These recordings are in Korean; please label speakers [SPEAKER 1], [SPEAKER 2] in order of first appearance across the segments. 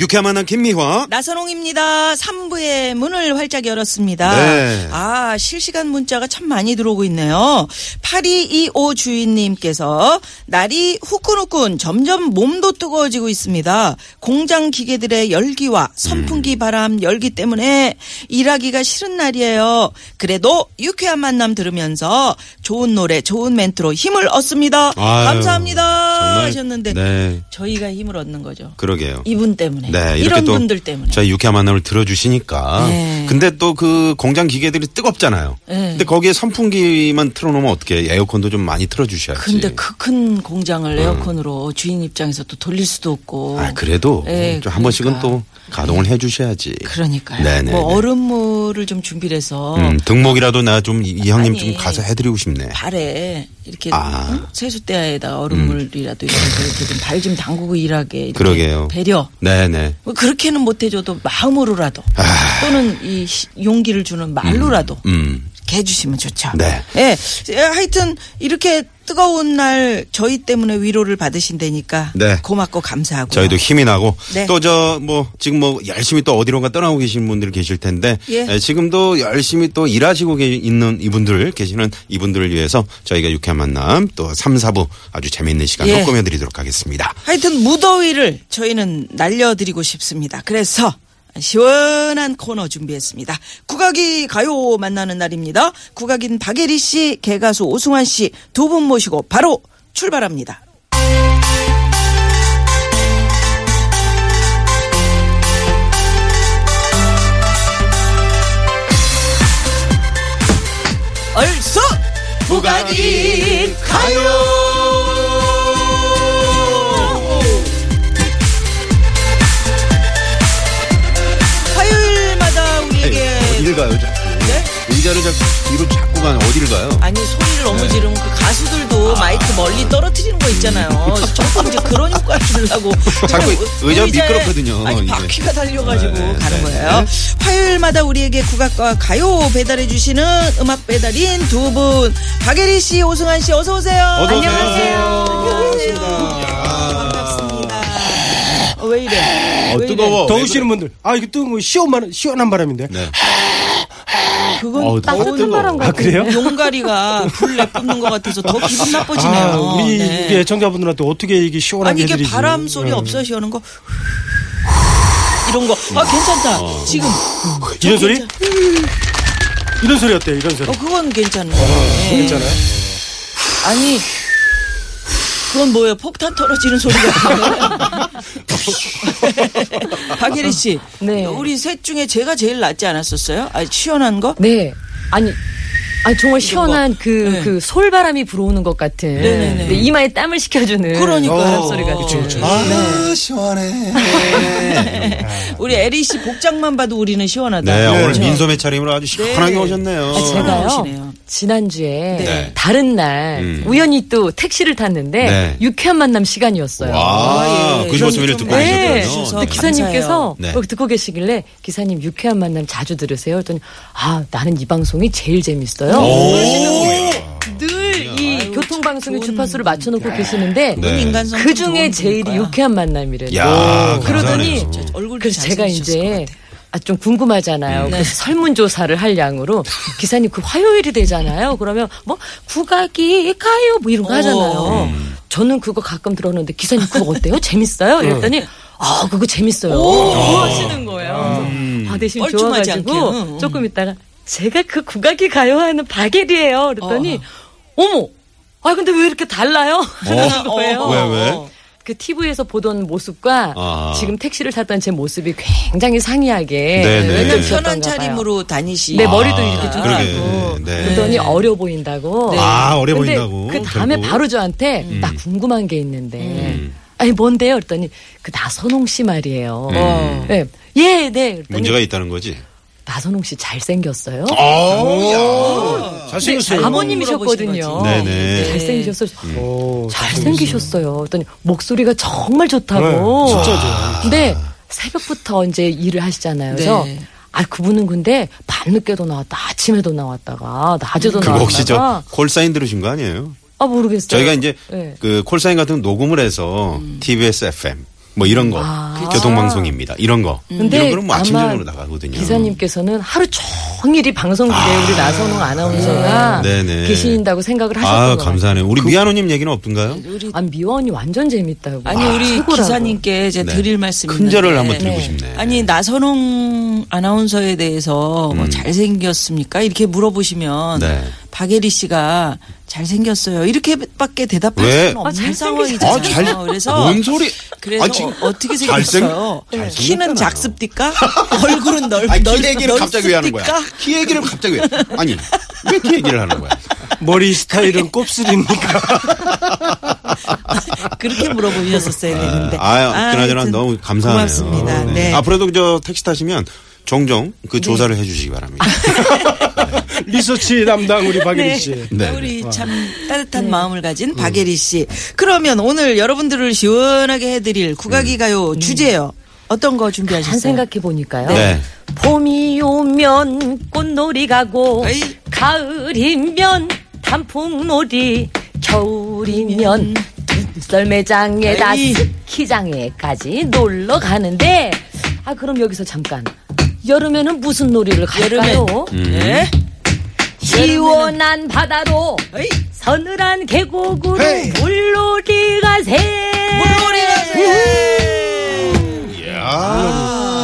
[SPEAKER 1] 유쾌한 만남 김미화.
[SPEAKER 2] 나선홍입니다. 3부의 문을 활짝 열었습니다.
[SPEAKER 1] 네.
[SPEAKER 2] 아, 실시간 문자가 참 많이 들어오고 있네요. 8225 주인님께서 날이 후끈후끈 점점 몸도 뜨거워지고 있습니다. 공장 기계들의 열기와 선풍기
[SPEAKER 1] 음.
[SPEAKER 2] 바람 열기 때문에 일하기가 싫은 날이에요. 그래도 유쾌한 만남 들으면서 좋은 노래, 좋은 멘트로 힘을 얻습니다.
[SPEAKER 1] 아유,
[SPEAKER 2] 감사합니다.
[SPEAKER 1] 정말,
[SPEAKER 2] 하셨는데
[SPEAKER 1] 네.
[SPEAKER 2] 저희가 힘을 얻는 거죠.
[SPEAKER 1] 그러게요.
[SPEAKER 2] 이분 때문에
[SPEAKER 1] 네, 이렇게
[SPEAKER 2] 이런
[SPEAKER 1] 또
[SPEAKER 2] 분들 때문에
[SPEAKER 1] 저희 유쾌한 만남을 들어주시니까.
[SPEAKER 2] 네.
[SPEAKER 1] 근데 또 그 공장 기계들이 뜨겁잖아요.
[SPEAKER 2] 네.
[SPEAKER 1] 근데 거기에 선풍기만 틀어놓으면 어떻게 에어컨도 좀 많이 틀어주셔야지.
[SPEAKER 2] 근데 그 큰 공장을 에어컨으로 주인 입장에서 또 돌릴 수도 없고.
[SPEAKER 1] 음. 아 그래도
[SPEAKER 2] 예,
[SPEAKER 1] 좀 한 번씩은
[SPEAKER 2] 그러니까.
[SPEAKER 1] 또 가동을 해주셔야지.
[SPEAKER 2] 그러니까요.
[SPEAKER 1] 네네.
[SPEAKER 2] 뭐 얼음물을 좀 준비를 해서
[SPEAKER 1] 음, 등목이라도 나 좀 이형님 좀
[SPEAKER 2] 아니.
[SPEAKER 1] 가서 해드리고 싶네.
[SPEAKER 2] 발에 이렇게
[SPEAKER 1] 아.
[SPEAKER 2] 응? 세숫대에다가 얼음물이라도 이렇게, 이렇게 좀 발 좀 담그고 일하게 이렇게
[SPEAKER 1] 그러게요.
[SPEAKER 2] 배려.
[SPEAKER 1] 네네. 아,
[SPEAKER 2] 뭐 그렇게는 못 해줘도 마음으로라도 또는 이 시- 용기를 주는 말로라도
[SPEAKER 1] 음.
[SPEAKER 2] 이렇게 해주시면 좋죠.
[SPEAKER 1] 네.
[SPEAKER 2] 예. 예, 하여튼 이렇게 뜨거운 날 저희 때문에 위로를 받으신다니까
[SPEAKER 1] 네.
[SPEAKER 2] 고맙고 감사하고
[SPEAKER 1] 저희도 힘이 나고
[SPEAKER 2] 네.
[SPEAKER 1] 또 저 뭐 지금 뭐 열심히 또 어디론가 떠나고 계신 분들 계실 텐데
[SPEAKER 2] 예.
[SPEAKER 1] 예, 지금도 열심히 또 일하시고 계- 있는 이분들 계시는 이분들을 위해서 저희가 유쾌한 만남 또 3, 4부 아주 재미있는 시간을
[SPEAKER 2] 예.
[SPEAKER 1] 꾸며드리도록 하겠습니다.
[SPEAKER 2] 하여튼 무더위를 저희는 날려드리고 싶습니다. 그래서 시원한 코너 준비했습니다. 국악이 가요 만나는 날입니다. 국악인 박예리 씨, 개가수 오승환 씨 두 분 모시고 바로 출발합니다. 얼쑤 국악이 가요 화요일마다 우리에게
[SPEAKER 1] 네, 어디를 가요 자꾸? 의자를 자꾸 뒤로 자꾸 가는 어디를 가요?
[SPEAKER 2] 아니 소리를 너무
[SPEAKER 1] 네.
[SPEAKER 2] 지르면 그 가수들도
[SPEAKER 1] 아.
[SPEAKER 2] 마이크 멀리 떨어뜨리는 거 있잖아요. 조금 이제 그런 효과 주려고
[SPEAKER 1] 자꾸 의자가
[SPEAKER 2] 의자에
[SPEAKER 1] 미끄럽거든요,
[SPEAKER 2] 아니
[SPEAKER 1] 이게.
[SPEAKER 2] 바퀴가 달려가지고
[SPEAKER 1] 네,
[SPEAKER 2] 가는
[SPEAKER 1] 네,
[SPEAKER 2] 거예요. 화요일마다 우리에게 국악과 가요 배달해 주시는 음악 배달인 두 분 박예리 씨, 오승환 씨 어서 오세요.
[SPEAKER 1] 어서 오세요.
[SPEAKER 2] 안녕하세요. 반갑습니다. 어, 왜 이래? 어, 왜 이래?
[SPEAKER 1] 뜨거워.
[SPEAKER 3] 더우시는 분들 아 이거 뜨거운 거 시원한 시원한 바람인데
[SPEAKER 1] 네.
[SPEAKER 2] 그건
[SPEAKER 3] 어우,
[SPEAKER 2] 더운
[SPEAKER 3] 따뜻한 바람
[SPEAKER 2] 거.
[SPEAKER 3] 아, 같은데요? 그래요?
[SPEAKER 2] 용가리가 불 내뿜는 것 같아서 더 기분 나빠지네요.
[SPEAKER 3] 아, 우리
[SPEAKER 2] 네.
[SPEAKER 3] 이게 청자분들한테 어떻게 이게 시원하게
[SPEAKER 2] 아니 이게
[SPEAKER 3] 해드리지?
[SPEAKER 2] 바람 소리
[SPEAKER 3] 어.
[SPEAKER 2] 없어 시원한 거 이런 거. 아 괜찮다. 지금
[SPEAKER 3] 이런 소리 이런 소리 어때요 이런 소리
[SPEAKER 2] 어 그건 괜찮네. 괜찮아요? 아니 그건 뭐예요? 폭탄 떨어지는 소리가. 박혜리 씨,
[SPEAKER 4] 네.
[SPEAKER 2] 우리 셋 중에 제가 제일 낫지 않았었어요? 아 시원한 거?
[SPEAKER 4] 네. 아니. 아니 정말 시원한
[SPEAKER 2] 뭐,
[SPEAKER 4] 그 그
[SPEAKER 2] 네.
[SPEAKER 4] 솔바람이 불어오는 것 같은
[SPEAKER 2] 네네네.
[SPEAKER 4] 네, 이마에 땀을 식혀주는
[SPEAKER 2] 그러니까요. 어,
[SPEAKER 4] 바람 소리 같은
[SPEAKER 2] 그쵸, 그쵸.
[SPEAKER 1] 아 시원해.
[SPEAKER 2] 우리 에리 씨 복장만 봐도 우리는 시원하다.
[SPEAKER 1] 네 오늘
[SPEAKER 2] 그렇죠?
[SPEAKER 1] 민소매 차림으로 아주 시원하게
[SPEAKER 2] 네.
[SPEAKER 1] 오셨네요.
[SPEAKER 4] 아,
[SPEAKER 2] 시원하시네요.
[SPEAKER 4] 제가요 지난주에
[SPEAKER 1] 네.
[SPEAKER 4] 다른 날
[SPEAKER 1] 음.
[SPEAKER 4] 우연히 또 택시를 탔는데
[SPEAKER 1] 네.
[SPEAKER 4] 유쾌한 만남 시간이었어요.
[SPEAKER 1] 와,
[SPEAKER 2] 아, 예.
[SPEAKER 1] 95.1을 듣고
[SPEAKER 2] 네.
[SPEAKER 4] 네.
[SPEAKER 1] 계셨군요.
[SPEAKER 2] 주셔서
[SPEAKER 4] 근데 기사님께서
[SPEAKER 1] 네.
[SPEAKER 4] 여기 듣고 계시길래 기사님 유쾌한 만남 자주 들으세요. 그랬더니 아 나는 이 방송이 제일 재밌어요. 늘 이 교통방송의 주파수를 맞춰놓고 계시는데
[SPEAKER 1] 네.
[SPEAKER 2] 인간성
[SPEAKER 4] 그 중에 제일이 유쾌한 만남이래요.
[SPEAKER 1] 야,
[SPEAKER 4] 그러더니
[SPEAKER 1] 감사하네요.
[SPEAKER 2] 얼굴
[SPEAKER 4] 그래서 제가 이제 아, 좀 궁금하잖아요.
[SPEAKER 2] 네.
[SPEAKER 4] 그래서 설문조사를 할 양으로 기사님 그 화요일이 되잖아요. 그러면 뭐 국악이 가요 뭐 이런
[SPEAKER 2] 어.
[SPEAKER 4] 거 하잖아요.
[SPEAKER 2] 음.
[SPEAKER 4] 저는 그거 가끔 들었는데 기사님 그거 어때요? 재밌어요?
[SPEAKER 2] 네.
[SPEAKER 4] 이랬더니 아 그거 재밌어요. 뭐 좋아하시는 거예요. 아 대신
[SPEAKER 2] 음. 뻘쭘하지 음. 않게.
[SPEAKER 4] 좋아가지고
[SPEAKER 2] 응, 응.
[SPEAKER 4] 조금 있다가 제가 그 국악이 가요 하는 박예리예요. 그랬더니 어머 아 근데 왜 이렇게 달라요? 하는 거예요.
[SPEAKER 1] 어? 왜, 왜?
[SPEAKER 4] 그 TV에서 보던 모습과
[SPEAKER 1] 아.
[SPEAKER 4] 지금 택시를 탔던 제 모습이 굉장히 상이하게
[SPEAKER 1] 네네.
[SPEAKER 2] 왜냐면
[SPEAKER 1] 네.
[SPEAKER 2] 편한
[SPEAKER 4] 느껴졌던가 봐요.
[SPEAKER 2] 차림으로 다니시.
[SPEAKER 4] 네 머리도
[SPEAKER 1] 아,
[SPEAKER 4] 이렇게 좀
[SPEAKER 1] 그러게.
[SPEAKER 4] 하고
[SPEAKER 1] 네.
[SPEAKER 4] 그러더니 어려 보인다고
[SPEAKER 2] 네.
[SPEAKER 1] 아, 어려
[SPEAKER 4] 근데
[SPEAKER 1] 보인다고.
[SPEAKER 4] 그 다음에
[SPEAKER 1] 결국. 음.
[SPEAKER 4] 바로 저한테 나 궁금한 게 있는데 아니 뭔데요 그랬더니 그 나선홍 씨 말이에요 네. 예, 네. 그랬더니
[SPEAKER 1] 음. 문제가 있다는 거지.
[SPEAKER 4] 나선홍 씨 잘생겼어요.
[SPEAKER 1] 아,
[SPEAKER 4] 네, 아버님이셨거든요.
[SPEAKER 1] 네네. 음.
[SPEAKER 4] 잘생기셨어요.
[SPEAKER 2] 뭐
[SPEAKER 3] 오,
[SPEAKER 4] 잘생기셨어요. 그랬더니 목소리가 정말 좋다고.
[SPEAKER 3] 네, 진짜 좋아요.
[SPEAKER 4] 근데 새벽부터 이제 일을 하시잖아요. 그래서
[SPEAKER 2] 네.
[SPEAKER 4] 아 그분은 근데 밤늦게도 나왔다, 아침에도 나왔다가 낮에도
[SPEAKER 1] 그거
[SPEAKER 4] 나왔다가
[SPEAKER 1] 혹시 저 콜사인 들으신 거 아니에요?
[SPEAKER 4] 아 모르겠어요.
[SPEAKER 1] 저희가 이제
[SPEAKER 4] 네.
[SPEAKER 1] 그 콜사인 같은 거 녹음을 해서 TBS FM 뭐 이런 거 교통방송입니다. 이런 거 이런 거는 뭐 아침
[SPEAKER 4] 아마
[SPEAKER 1] 저녁으로 나가거든요.
[SPEAKER 4] 기사님께서는 하루 종일이 방송국에 우리 나선홍 아나운서가
[SPEAKER 1] 아, 네. 네네.
[SPEAKER 4] 계신다고 생각을 하셨던
[SPEAKER 1] 아
[SPEAKER 4] 것
[SPEAKER 1] 감사하네요. 우리 미아노님 얘기는 없던가요?
[SPEAKER 4] 같아요. 아 미원이 완전 재밌다고.
[SPEAKER 2] 아니
[SPEAKER 4] 아,
[SPEAKER 2] 우리
[SPEAKER 4] 최고라고.
[SPEAKER 2] 기사님께 이제
[SPEAKER 1] 네.
[SPEAKER 2] 드릴 말씀이
[SPEAKER 1] 큰절을
[SPEAKER 2] 있는데.
[SPEAKER 1] 한번 드리고 싶네. 음.
[SPEAKER 2] 아니 나선홍 아나운서에 대해서 뭐 잘생겼습니까 이렇게 물어보시면
[SPEAKER 1] 네.
[SPEAKER 2] 박예리 씨가 잘생겼어요 이렇게밖에 대답할
[SPEAKER 1] 왜?
[SPEAKER 2] 수는
[SPEAKER 4] 아,
[SPEAKER 2] 없는
[SPEAKER 4] 잘생기-
[SPEAKER 2] 상황이잖아요.
[SPEAKER 1] 아, 잘,
[SPEAKER 2] 그래서
[SPEAKER 1] 뭔 소리?
[SPEAKER 2] 그래서
[SPEAKER 1] 아, 지금
[SPEAKER 2] 어떻게
[SPEAKER 1] 잘생-
[SPEAKER 2] 생겼어요?
[SPEAKER 1] 잘생겼잖아요.
[SPEAKER 2] 키는 작습니까? 얼굴은 넓,
[SPEAKER 1] 아니,
[SPEAKER 2] 넓,
[SPEAKER 1] 키 얘기를 갑자기 왜 하는 거야?
[SPEAKER 2] 넓습니까?
[SPEAKER 1] 키 얘기를 갑자기 왜? 아니, 왜 키 얘기를 하는 거야?
[SPEAKER 3] 머리 스타일은 곱슬입니까?
[SPEAKER 2] 그렇게 물어보셨었어야 되는데.
[SPEAKER 1] 아, 그나저나
[SPEAKER 2] 하여튼
[SPEAKER 1] 너무 감사하네요. 아,
[SPEAKER 2] 고맙습니다. 네.
[SPEAKER 1] 앞으로도 저 택시 타시면 종종 그 조사를 해주시기 바랍니다.
[SPEAKER 3] 리서치 담당 우리 박예리 씨.
[SPEAKER 1] 네.
[SPEAKER 2] 아, 우리 참 따뜻한 마음을 가진 박예리 씨. 그러면 오늘 여러분들을 시원하게 해드릴 국악이 가요 주제요.
[SPEAKER 1] 음.
[SPEAKER 2] 어떤 거
[SPEAKER 4] 한
[SPEAKER 2] 준비하셨어요?
[SPEAKER 4] 생각해 보니까요.
[SPEAKER 1] 네.
[SPEAKER 4] 봄이 오면 꽃놀이 가고
[SPEAKER 2] 에이.
[SPEAKER 4] 가을이면 단풍놀이 겨울이면 썰매장에다
[SPEAKER 2] 에이.
[SPEAKER 4] 스키장에까지 놀러 가는데 아 그럼 여기서 잠깐 여름에는 무슨 놀이를 갈까요?
[SPEAKER 2] 네.
[SPEAKER 4] 시원한 바다로
[SPEAKER 2] 에이,
[SPEAKER 4] 서늘한 계곡으로
[SPEAKER 3] 에이.
[SPEAKER 4] 물놀이 가세.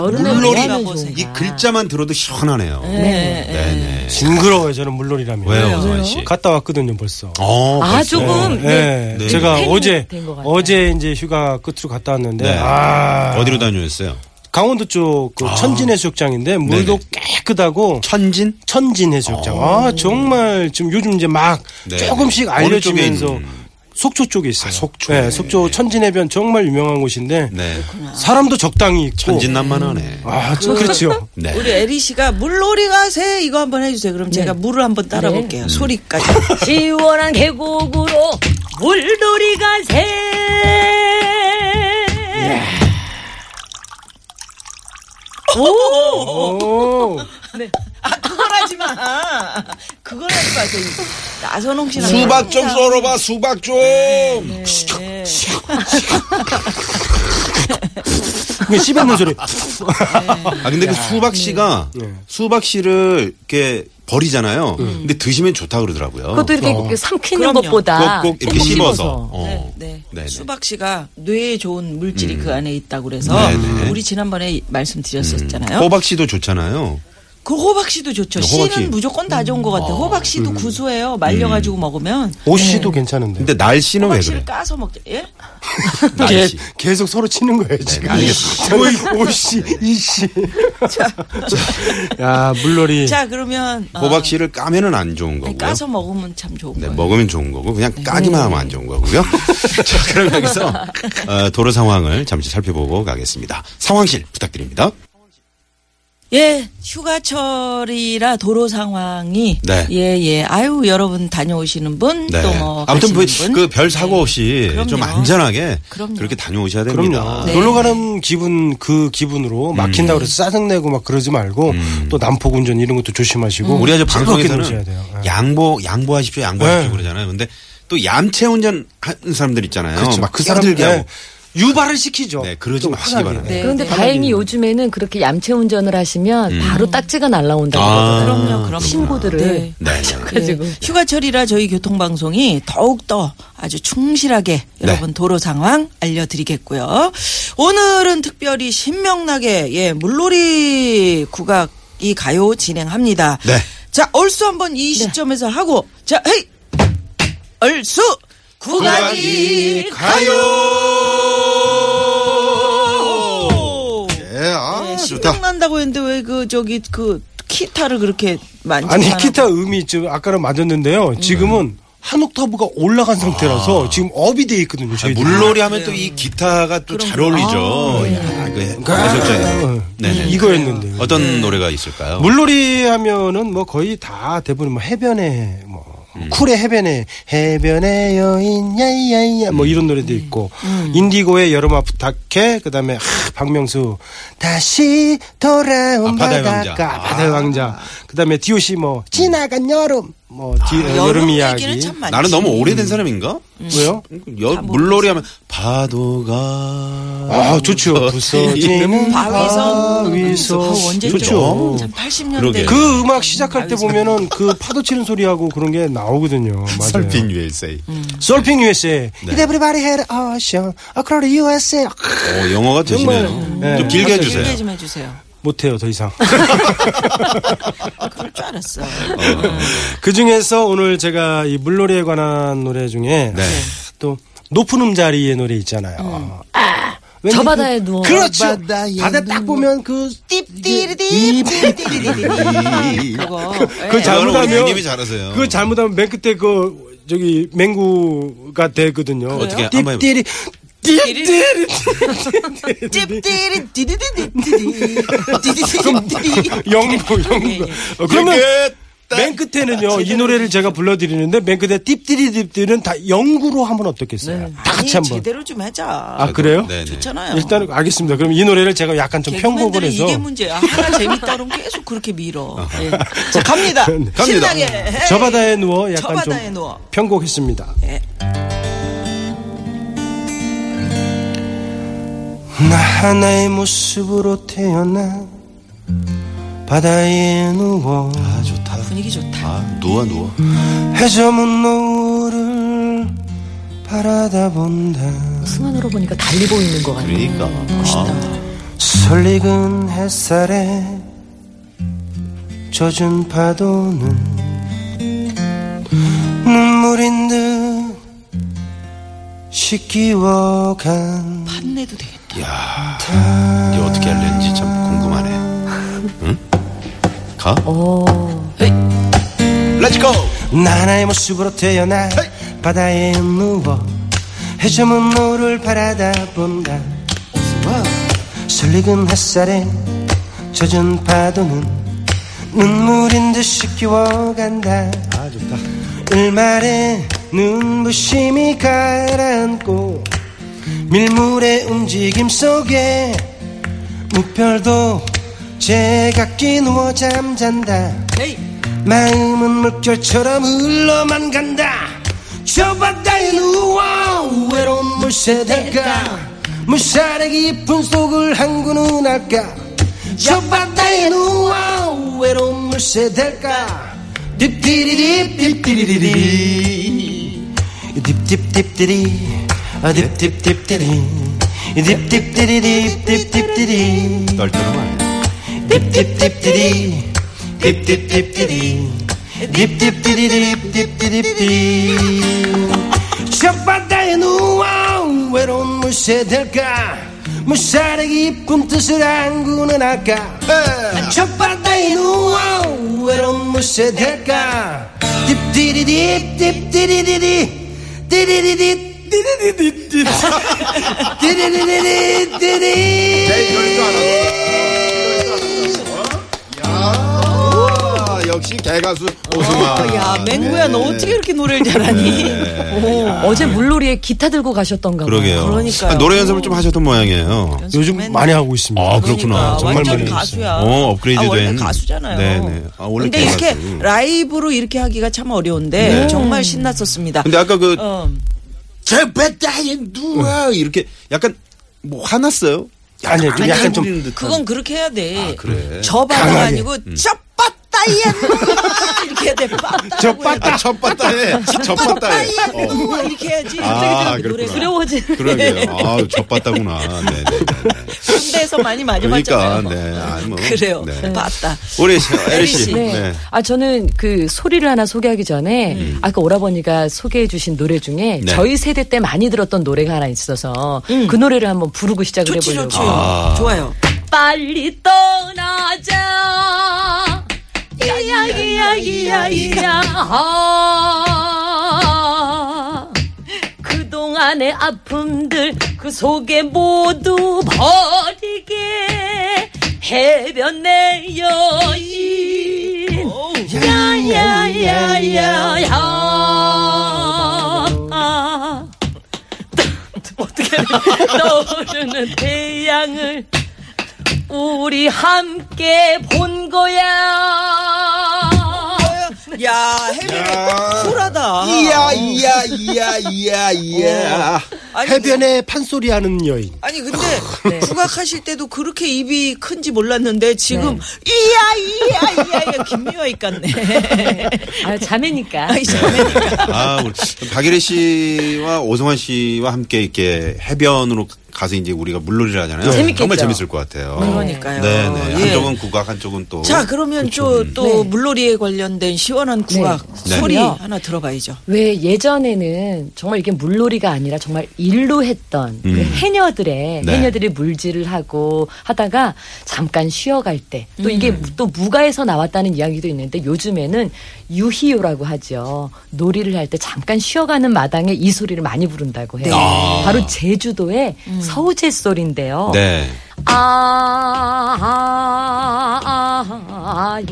[SPEAKER 4] 여름에
[SPEAKER 2] 물놀이
[SPEAKER 4] 뭐 하면
[SPEAKER 2] 아, 가보세요.
[SPEAKER 1] 이
[SPEAKER 4] 좋은가?
[SPEAKER 1] 글자만 들어도 시원하네요. 네. 네.
[SPEAKER 3] 징그러워요 저는 물놀이라면.
[SPEAKER 1] 왜요, 우선 씨?
[SPEAKER 3] 갔다 왔거든요 벌써.
[SPEAKER 1] 어,
[SPEAKER 4] 아
[SPEAKER 1] 벌써.
[SPEAKER 2] 음,
[SPEAKER 4] 조금
[SPEAKER 3] 네,
[SPEAKER 1] 네.
[SPEAKER 3] 제가
[SPEAKER 4] 팬이
[SPEAKER 3] 어제
[SPEAKER 4] 된것 같아요.
[SPEAKER 3] 어제 이제 휴가 끝으로 갔다 왔는데
[SPEAKER 1] 네.
[SPEAKER 3] 아,
[SPEAKER 1] 어디로 다녀오셨어요?
[SPEAKER 3] 강원도 쪽그
[SPEAKER 1] 아.
[SPEAKER 3] 천진 해수욕장인데 물도 깨끗하고
[SPEAKER 1] 천진?
[SPEAKER 3] 천진 해수욕장. 아 정말 지금 요즘 이제 막
[SPEAKER 1] 어. 네.
[SPEAKER 3] 조금씩
[SPEAKER 1] 어느 쪽에
[SPEAKER 3] 알려주면서
[SPEAKER 1] 있는?
[SPEAKER 3] 속초 쪽에 있어요.
[SPEAKER 1] 아, 속초.
[SPEAKER 3] 네, 속초 천진해변 정말 유명한 곳인데
[SPEAKER 1] 네.
[SPEAKER 3] 사람도 적당히 있고.
[SPEAKER 1] 천진난만하네.
[SPEAKER 3] 아, 저- 그렇지요.
[SPEAKER 1] 네.
[SPEAKER 2] 우리 에리 씨가 물놀이 가세 이거 한번 해주세요. 그럼 제가 물을 한번 따라 볼게요. 소리까지.
[SPEAKER 4] 시원한 계곡으로 물놀이 가세.
[SPEAKER 1] 어.
[SPEAKER 3] 오,
[SPEAKER 2] 그걸 하지 마. 그걸 하지 마세요. 나선홍 씨랑
[SPEAKER 1] 수박 좀 썰어봐, 수박 좀!
[SPEAKER 3] 이게 씹어먹는 소리.
[SPEAKER 1] 아, 근데 그 수박 씨가 수박 씨를 이렇게 버리잖아요. 근데 드시면 좋다 그러더라고요.
[SPEAKER 4] 그것도 이렇게 이렇게 삼키는
[SPEAKER 2] 그럼요.
[SPEAKER 4] 것보다
[SPEAKER 1] 그렇죠. 꼭, 꼭 이렇게
[SPEAKER 4] 조금
[SPEAKER 1] 씹어서. 어.
[SPEAKER 2] 네, 네.
[SPEAKER 1] 네, 네.
[SPEAKER 2] 수박 씨가 뇌에 좋은 물질이 그 안에 있다고 그래서
[SPEAKER 1] 네, 네.
[SPEAKER 2] 우리 지난번에 말씀드렸었잖아요.
[SPEAKER 1] 호박 씨도 좋잖아요.
[SPEAKER 2] 그 호박 씨도 좋죠.
[SPEAKER 1] 네, 음.
[SPEAKER 2] 씨는
[SPEAKER 1] 호박 씨.
[SPEAKER 2] 무조건 다 좋은 것 같아요. 호박 씨도 구수해요. 말려가지고
[SPEAKER 1] 음.
[SPEAKER 2] 먹으면.
[SPEAKER 1] 네.
[SPEAKER 3] 오씨도 괜찮은데. 아,
[SPEAKER 1] 근데 날씨는 왜
[SPEAKER 2] 호박 씨를
[SPEAKER 1] 그래?
[SPEAKER 2] 까서 먹자. 예?
[SPEAKER 1] 날씨. 네,
[SPEAKER 3] 계속 서로 치는 거예요 지금.
[SPEAKER 1] 알겠습니다.
[SPEAKER 3] 오이 오씨 이씨. 야 물놀이.
[SPEAKER 2] 자, 그러면. 어,
[SPEAKER 1] 호박 씨를 까면은 안 좋은
[SPEAKER 2] 아니,
[SPEAKER 1] 거고요.
[SPEAKER 2] 까서 네. 먹으면 참 좋은
[SPEAKER 1] 네,
[SPEAKER 2] 거예요.
[SPEAKER 1] 먹으면 좋은 거고 그냥 까기만 하면 안 좋은 거고요. 자, 그럼 여기서 어, 도로 상황을 잠시 살펴보고 가겠습니다. 상황실 부탁드립니다.
[SPEAKER 2] 예, 휴가철이라 도로 상황이.
[SPEAKER 1] 네.
[SPEAKER 2] 예, 예. 아유, 여러분 다녀오시는 분.
[SPEAKER 1] 네.
[SPEAKER 2] 또 뭐.
[SPEAKER 1] 아무튼
[SPEAKER 2] 가시는 분. 네.
[SPEAKER 1] 그 별 사고 없이
[SPEAKER 2] 그럼요.
[SPEAKER 1] 좀 안전하게
[SPEAKER 2] 그럼요. 네.
[SPEAKER 1] 그렇게 다녀오셔야 됩니다.
[SPEAKER 3] 그럼요. 놀러 가는 기분 그 기분으로
[SPEAKER 1] 음.
[SPEAKER 3] 막힌다고 해서 짜증 내고 막 그러지 말고 또 남포 운전 이런 것도 조심하시고
[SPEAKER 1] 우리가 저
[SPEAKER 3] 즐겁게 노셔야
[SPEAKER 1] 방송에서는
[SPEAKER 3] 돼요. 예.
[SPEAKER 1] 양보 양보하십시오 양보하십시오
[SPEAKER 3] 네.
[SPEAKER 1] 그러잖아요. 근데 또 얌체 운전 하는 사람들 있잖아요.
[SPEAKER 3] 그렇죠.
[SPEAKER 1] 막그
[SPEAKER 3] 그
[SPEAKER 1] 사람들이 뭐.
[SPEAKER 3] 사람들
[SPEAKER 1] 하고
[SPEAKER 3] 유발을 시키죠.
[SPEAKER 1] 네, 그러지
[SPEAKER 3] 좀
[SPEAKER 1] 마시기
[SPEAKER 3] 화나게.
[SPEAKER 1] 바랍니다.
[SPEAKER 2] 네,
[SPEAKER 4] 그런데
[SPEAKER 2] 네.
[SPEAKER 4] 다행히 요즘에는 그렇게 얌체 운전을 하면 바로 딱지가 날라온다고
[SPEAKER 1] 음. 아,
[SPEAKER 4] 그러더라고요.
[SPEAKER 2] 그럼요, 그럼요.
[SPEAKER 4] 신고들을
[SPEAKER 2] 네.
[SPEAKER 1] 네.
[SPEAKER 4] 가지고
[SPEAKER 2] 예, 휴가철이라 저희 교통방송이 더욱더 아주 충실하게 여러분 도로 상황 알려드리겠고요. 오늘은 특별히 신명나게 예 물놀이 국악 이 가요 진행합니다.
[SPEAKER 1] 네.
[SPEAKER 2] 자 얼쑤 한번 이 시점에서 하고 자 헤이 얼쑤 국악이 가요.
[SPEAKER 1] 예, 아,
[SPEAKER 2] 예, 신명난다고 했는데 왜 그 저기 그 키타를 그렇게 만지
[SPEAKER 3] 아니 기타 음이 지금 아까랑 맞았는데요. 지금은 한 옥타브가 올라간
[SPEAKER 1] 아.
[SPEAKER 3] 상태라서 지금 업이 돼 있거든요. 저희 아,
[SPEAKER 1] 물놀이 하면 또 이 기타가 또 잘 어울리죠. 야, 그 네.
[SPEAKER 3] 가-
[SPEAKER 1] 네네.
[SPEAKER 3] 이- 이거였는데.
[SPEAKER 1] 어떤 노래가 있을까요?
[SPEAKER 3] 네. 물놀이 하면은 뭐 거의 다 대부분 뭐 해변에 뭐
[SPEAKER 1] 음.
[SPEAKER 3] 쿨의 해변에 해변의 여인 야야야
[SPEAKER 1] 음.
[SPEAKER 3] 뭐 이런 노래도 있고
[SPEAKER 2] 음.
[SPEAKER 3] 인디고의 여름아 부탁해 그다음에 하, 박명수 다시 돌아온
[SPEAKER 1] 아, 바다의
[SPEAKER 3] 바닷가
[SPEAKER 1] 왕자.
[SPEAKER 3] 바다의 왕자 그다음에 디오시 뭐 지나간 여름 뭐
[SPEAKER 1] 아,
[SPEAKER 3] 디, 여름
[SPEAKER 2] 여름
[SPEAKER 3] 이야기
[SPEAKER 2] 얘기는 참 많지.
[SPEAKER 1] 나는
[SPEAKER 3] 음.
[SPEAKER 1] 너무 오래된 사람인가?
[SPEAKER 3] 왜요?
[SPEAKER 1] 여- 물놀이 하면 파도가
[SPEAKER 3] 아 좋죠 부서지는
[SPEAKER 2] 아, 바위섬.
[SPEAKER 3] 바위섬
[SPEAKER 2] 아, 언제죠?
[SPEAKER 1] 좋죠.
[SPEAKER 2] 참 80년대.
[SPEAKER 1] 그러게.
[SPEAKER 3] 그렇죠. 그 음악 시작할 때 보면은 그 파도 치는 소리하고 그런 게 나오거든요. 맞아요.
[SPEAKER 1] 설빙 USA.
[SPEAKER 3] 음. 솔핑 USA.
[SPEAKER 1] 네.
[SPEAKER 3] Did everybody had a ocean across the USA?
[SPEAKER 1] 오, 영어가 되시네요.
[SPEAKER 3] 네.
[SPEAKER 1] 좀 길게 해주세요.
[SPEAKER 2] 길게 좀 해주세요.
[SPEAKER 3] 못해요, 더 이상.
[SPEAKER 2] 그럴 줄 알았어.
[SPEAKER 3] 그 중에서 오늘 제가 이 물놀이에 관한 노래 중에
[SPEAKER 1] 네.
[SPEAKER 3] 또 높은 음자리의 노래 있잖아요. 아, 왠지
[SPEAKER 4] 저
[SPEAKER 3] 그-
[SPEAKER 4] 바다에 누워. 네.
[SPEAKER 3] 그렇죠. 바다 딱 보면 그
[SPEAKER 2] 띠띠리디. 그거.
[SPEAKER 3] 아,
[SPEAKER 2] 예.
[SPEAKER 3] 그
[SPEAKER 1] 여러분
[SPEAKER 3] 잘못하면
[SPEAKER 1] 형님이 잘하세요. 어.
[SPEAKER 3] 그 잘못하면 맨 끝에 그 저기 맹구가 되거든요.
[SPEAKER 1] 어떻게 한번 해보-
[SPEAKER 3] 띠띠리 띠띠리
[SPEAKER 2] 띠띠리 띠디디디디디. 띠디디디디.
[SPEAKER 3] 영구 영구. 어, 그러면 맨
[SPEAKER 2] 아,
[SPEAKER 3] 끝에는요 이 노래를 제가 불러드리는데 맨 끝에 띠띠리 띠띠는 다 영구로 하면 어떻겠어요? 다
[SPEAKER 2] 네. 아니
[SPEAKER 3] 같이
[SPEAKER 2] 예,
[SPEAKER 3] 한번.
[SPEAKER 2] 제대로 좀 하자.
[SPEAKER 3] 아 그래요?
[SPEAKER 1] 네네.
[SPEAKER 2] 좋잖아요.
[SPEAKER 3] 일단 알겠습니다. 그럼 이 노래를 제가 약간 좀 편곡을
[SPEAKER 2] 개그맨들은
[SPEAKER 3] 해서
[SPEAKER 2] 이게 문제야. 아, 하나 재밌다 그러면 계속 그렇게 밀어. 예. 자, 갑니다.
[SPEAKER 3] 갑니다.
[SPEAKER 2] 신나게.
[SPEAKER 3] 저 바다에 누워
[SPEAKER 2] 저
[SPEAKER 3] 약간 좀
[SPEAKER 2] 바다에 누워.
[SPEAKER 3] 편곡했습니다.
[SPEAKER 2] 예.
[SPEAKER 3] 나 하나의 모습으로 태어나 바다에 누워
[SPEAKER 1] 아, 좋다.
[SPEAKER 2] 분위기 좋다.
[SPEAKER 1] 아, 누워, 누워.
[SPEAKER 3] 해저문 노을을 바라다 본다
[SPEAKER 4] 승환으로 보니까 달리 보이는 것 같아요.
[SPEAKER 1] 그러니까. 아,
[SPEAKER 3] 설익은 햇살에 젖은 파도는 눈물인 듯 식기워간
[SPEAKER 2] 판내도 되겠다.
[SPEAKER 1] 야 이게 어떻게 할는지 참 궁금하네. 응? 가? 렛츠 고!
[SPEAKER 3] 나나의 모습으로 태어나 바다에 누워 해저문 노를 바라다 본다 설익은 햇살에 젖은 파도는 눈물인 듯 식기워간다 아 좋다 일말의 눈부심이 가라앉고 밀물의 움직임 속에 무별도 제각기 누워 잠잔다 마음은 물결처럼 흘러만 간다 저 바다에 누워 외로운 물새 될까 물살의 깊은 속을 항구는 할까 저 바다에 누워 외로운 물새 될까 딥디리디 딥디리디디 딥딥딥디리 아 딥딥딥디리 딥딥디리디 딥딥디리
[SPEAKER 1] 떨떠름 아니야.
[SPEAKER 3] 딥딥딥디리 딥딥딥디리 딥딥디리디 딥딥딥디 적바다에 누워 외로운 물새 될까 물살의 깊은 뜻을 안구는 할까 적바다에 누워 외로운 물새 될까 딥디리디 딥디리디디 띠리리디 띠리리디 띠리리디 띠리리디디 띠리리디
[SPEAKER 1] 아, 역시 개가수 오승환.
[SPEAKER 2] 야, 맹구야, 너 어떻게 이렇게 노래를 잘하니?
[SPEAKER 4] 오, 어제 물놀이에 기타 들고 가셨던가 봐요.
[SPEAKER 1] 그러게요.
[SPEAKER 2] 그러니까요.
[SPEAKER 1] 아, 노래 연습을 좀 하셨던 모양이에요.
[SPEAKER 3] 요즘
[SPEAKER 2] 맨날.
[SPEAKER 3] 많이 하고 있습니다.
[SPEAKER 1] 아, 그렇구나.
[SPEAKER 2] 그러니까
[SPEAKER 1] 정말
[SPEAKER 2] 완전
[SPEAKER 1] 많이
[SPEAKER 2] 가수야.
[SPEAKER 1] 했어요. 어, 업그레이드
[SPEAKER 2] 아, 원래
[SPEAKER 1] 된.
[SPEAKER 2] 가수잖아요.
[SPEAKER 1] 네네. 아, 원래
[SPEAKER 2] 근데 이렇게
[SPEAKER 1] 개가수. 네.
[SPEAKER 2] 라이브로 이렇게 하기가 참 어려운데 정말 신났었습니다.
[SPEAKER 1] 근데 아까 그,
[SPEAKER 2] 어,
[SPEAKER 1] 저 바다에 누워! 이렇게 약간, 뭐, 화났어요?
[SPEAKER 3] 아니, 좀
[SPEAKER 1] 아니,
[SPEAKER 3] 약간 좀
[SPEAKER 1] 부리는 듯한.
[SPEAKER 2] 그건 그렇게 해야 돼.
[SPEAKER 1] 아, 그래. 음.
[SPEAKER 2] 저 바다가
[SPEAKER 3] 강하게.
[SPEAKER 2] 아니고 저 바다에 누워! 이렇게 해야 돼. 바다.
[SPEAKER 3] 저 빠따.
[SPEAKER 1] 아, 첫 바다에. 첫 바다에.
[SPEAKER 2] 바다에
[SPEAKER 1] 어.
[SPEAKER 2] 누워! 뭐 이렇게 해야지.
[SPEAKER 1] 아,
[SPEAKER 2] 노래가.
[SPEAKER 1] 그렇구나.
[SPEAKER 4] 두려워지.
[SPEAKER 1] 그러게요. 아, 젖봤다구나. 네, 네, 네.
[SPEAKER 2] 군대에서 많이 많이
[SPEAKER 1] 그러니까,
[SPEAKER 2] 봤잖아요.
[SPEAKER 1] 네. 아, 뭐.
[SPEAKER 2] 그래요.
[SPEAKER 1] 네.
[SPEAKER 2] 봤다.
[SPEAKER 1] 우리 시- 에리 씨.
[SPEAKER 2] 에리 씨.
[SPEAKER 4] 네.
[SPEAKER 1] 네.
[SPEAKER 4] 아 저는 그 소리를 하나 소개하기 전에 아까 오라버니가 소개해주신 노래 중에
[SPEAKER 1] 음. 네.
[SPEAKER 4] 저희 세대 때 많이 들었던 노래가 하나 있어서 그 노래를 한번 부르고 시작을
[SPEAKER 2] 좋지,
[SPEAKER 4] 해보려고.
[SPEAKER 2] 좋지. 좋아요.
[SPEAKER 4] 빨리 떠나자. 이야기야기야기야. 그동안의 아픔들 그 속에 모두 버리게 해변 내 여인 야야야야야 어떻게 해야 돼? 떠오르는 태양을 우리 함께 본 거야
[SPEAKER 2] 야, 해변이 쿨하다.
[SPEAKER 1] 이야 이야 이야 이야 이야.
[SPEAKER 2] 아니,
[SPEAKER 3] 해변에 판소리 하는 여인.
[SPEAKER 2] 아니 근데
[SPEAKER 1] 네.
[SPEAKER 2] 국악하실 때도 그렇게 입이 큰지 몰랐는데 지금
[SPEAKER 1] 네.
[SPEAKER 2] 이야 이야 이야 이야 김미화입 같네.
[SPEAKER 4] 아 자매니까
[SPEAKER 2] 아이 자매니까.
[SPEAKER 1] 아, 우리 박예리 씨와 오성환 씨와 함께 이렇게 해변으로 가서 이제 우리가 물놀이를 하잖아요.
[SPEAKER 4] 재밌겠죠.
[SPEAKER 1] 정말 재밌을 것 같아요.
[SPEAKER 2] 그러니까요.
[SPEAKER 1] 네, 네.
[SPEAKER 2] 예.
[SPEAKER 1] 한쪽은 국악, 한쪽은 또.
[SPEAKER 2] 자 그러면 저 또 물놀이에 관련된 시원한 국악
[SPEAKER 1] 그렇죠. 네.
[SPEAKER 2] 소리
[SPEAKER 4] 네.
[SPEAKER 2] 하나 들어가야죠.
[SPEAKER 4] 왜 예전에는 정말 이게 물놀이가 아니라 정말 일로 했던 그
[SPEAKER 1] 음.
[SPEAKER 4] 해녀들의
[SPEAKER 1] 네.
[SPEAKER 4] 해녀들이 물질을 하고 하다가 잠깐 쉬어갈 때 또 이게 또 무가에서 나왔다는 이야기도 있는데 요즘에는 유희요라고 하죠 놀이를 할 때 잠깐 쉬어가는 마당에 이 소리를 많이 부른다고 해요.
[SPEAKER 1] 아.
[SPEAKER 4] 바로 제주도의 서우제 소리인데요.
[SPEAKER 1] 네.
[SPEAKER 4] 아아아야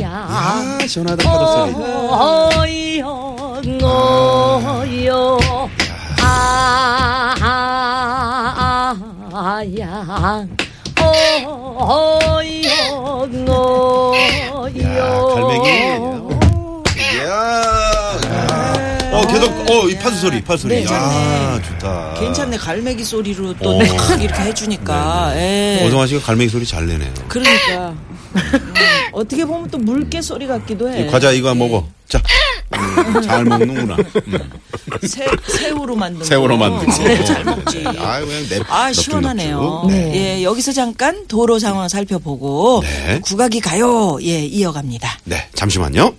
[SPEAKER 1] 아, 시원하다. 파도 소리.
[SPEAKER 4] 어여 너여 아야 어여
[SPEAKER 2] 아,
[SPEAKER 1] 야,
[SPEAKER 4] 너여
[SPEAKER 1] 갈매기. 이야. 어, 계속, 어, 이 파도 소리, 파도 소리.
[SPEAKER 2] 네,
[SPEAKER 1] 아, 좋다.
[SPEAKER 2] 괜찮네 갈매기 소리로
[SPEAKER 1] 오.
[SPEAKER 2] 또 탁 이렇게
[SPEAKER 1] 네,
[SPEAKER 2] 해주니까. 예.
[SPEAKER 1] 오성환 씨가 갈매기 소리 잘 내네요.
[SPEAKER 2] 그러니까 음, 어떻게 보면 또 물개 소리 같기도 해.
[SPEAKER 1] 이 과자 이거 안 먹어. 자. 음, 잘 먹는구나. 음.
[SPEAKER 2] 새, 새우로 만든.
[SPEAKER 1] 새우로
[SPEAKER 2] 거.
[SPEAKER 1] 만든 거.
[SPEAKER 2] 네, 잘 먹지.
[SPEAKER 1] 음. 아, 그냥 내.
[SPEAKER 2] 아 시원하네요.
[SPEAKER 1] 네.
[SPEAKER 2] 예 여기서 잠깐 도로 상황 살펴보고
[SPEAKER 1] 네.
[SPEAKER 2] 국악이 가요 예 이어갑니다.
[SPEAKER 1] 네, 잠시만요.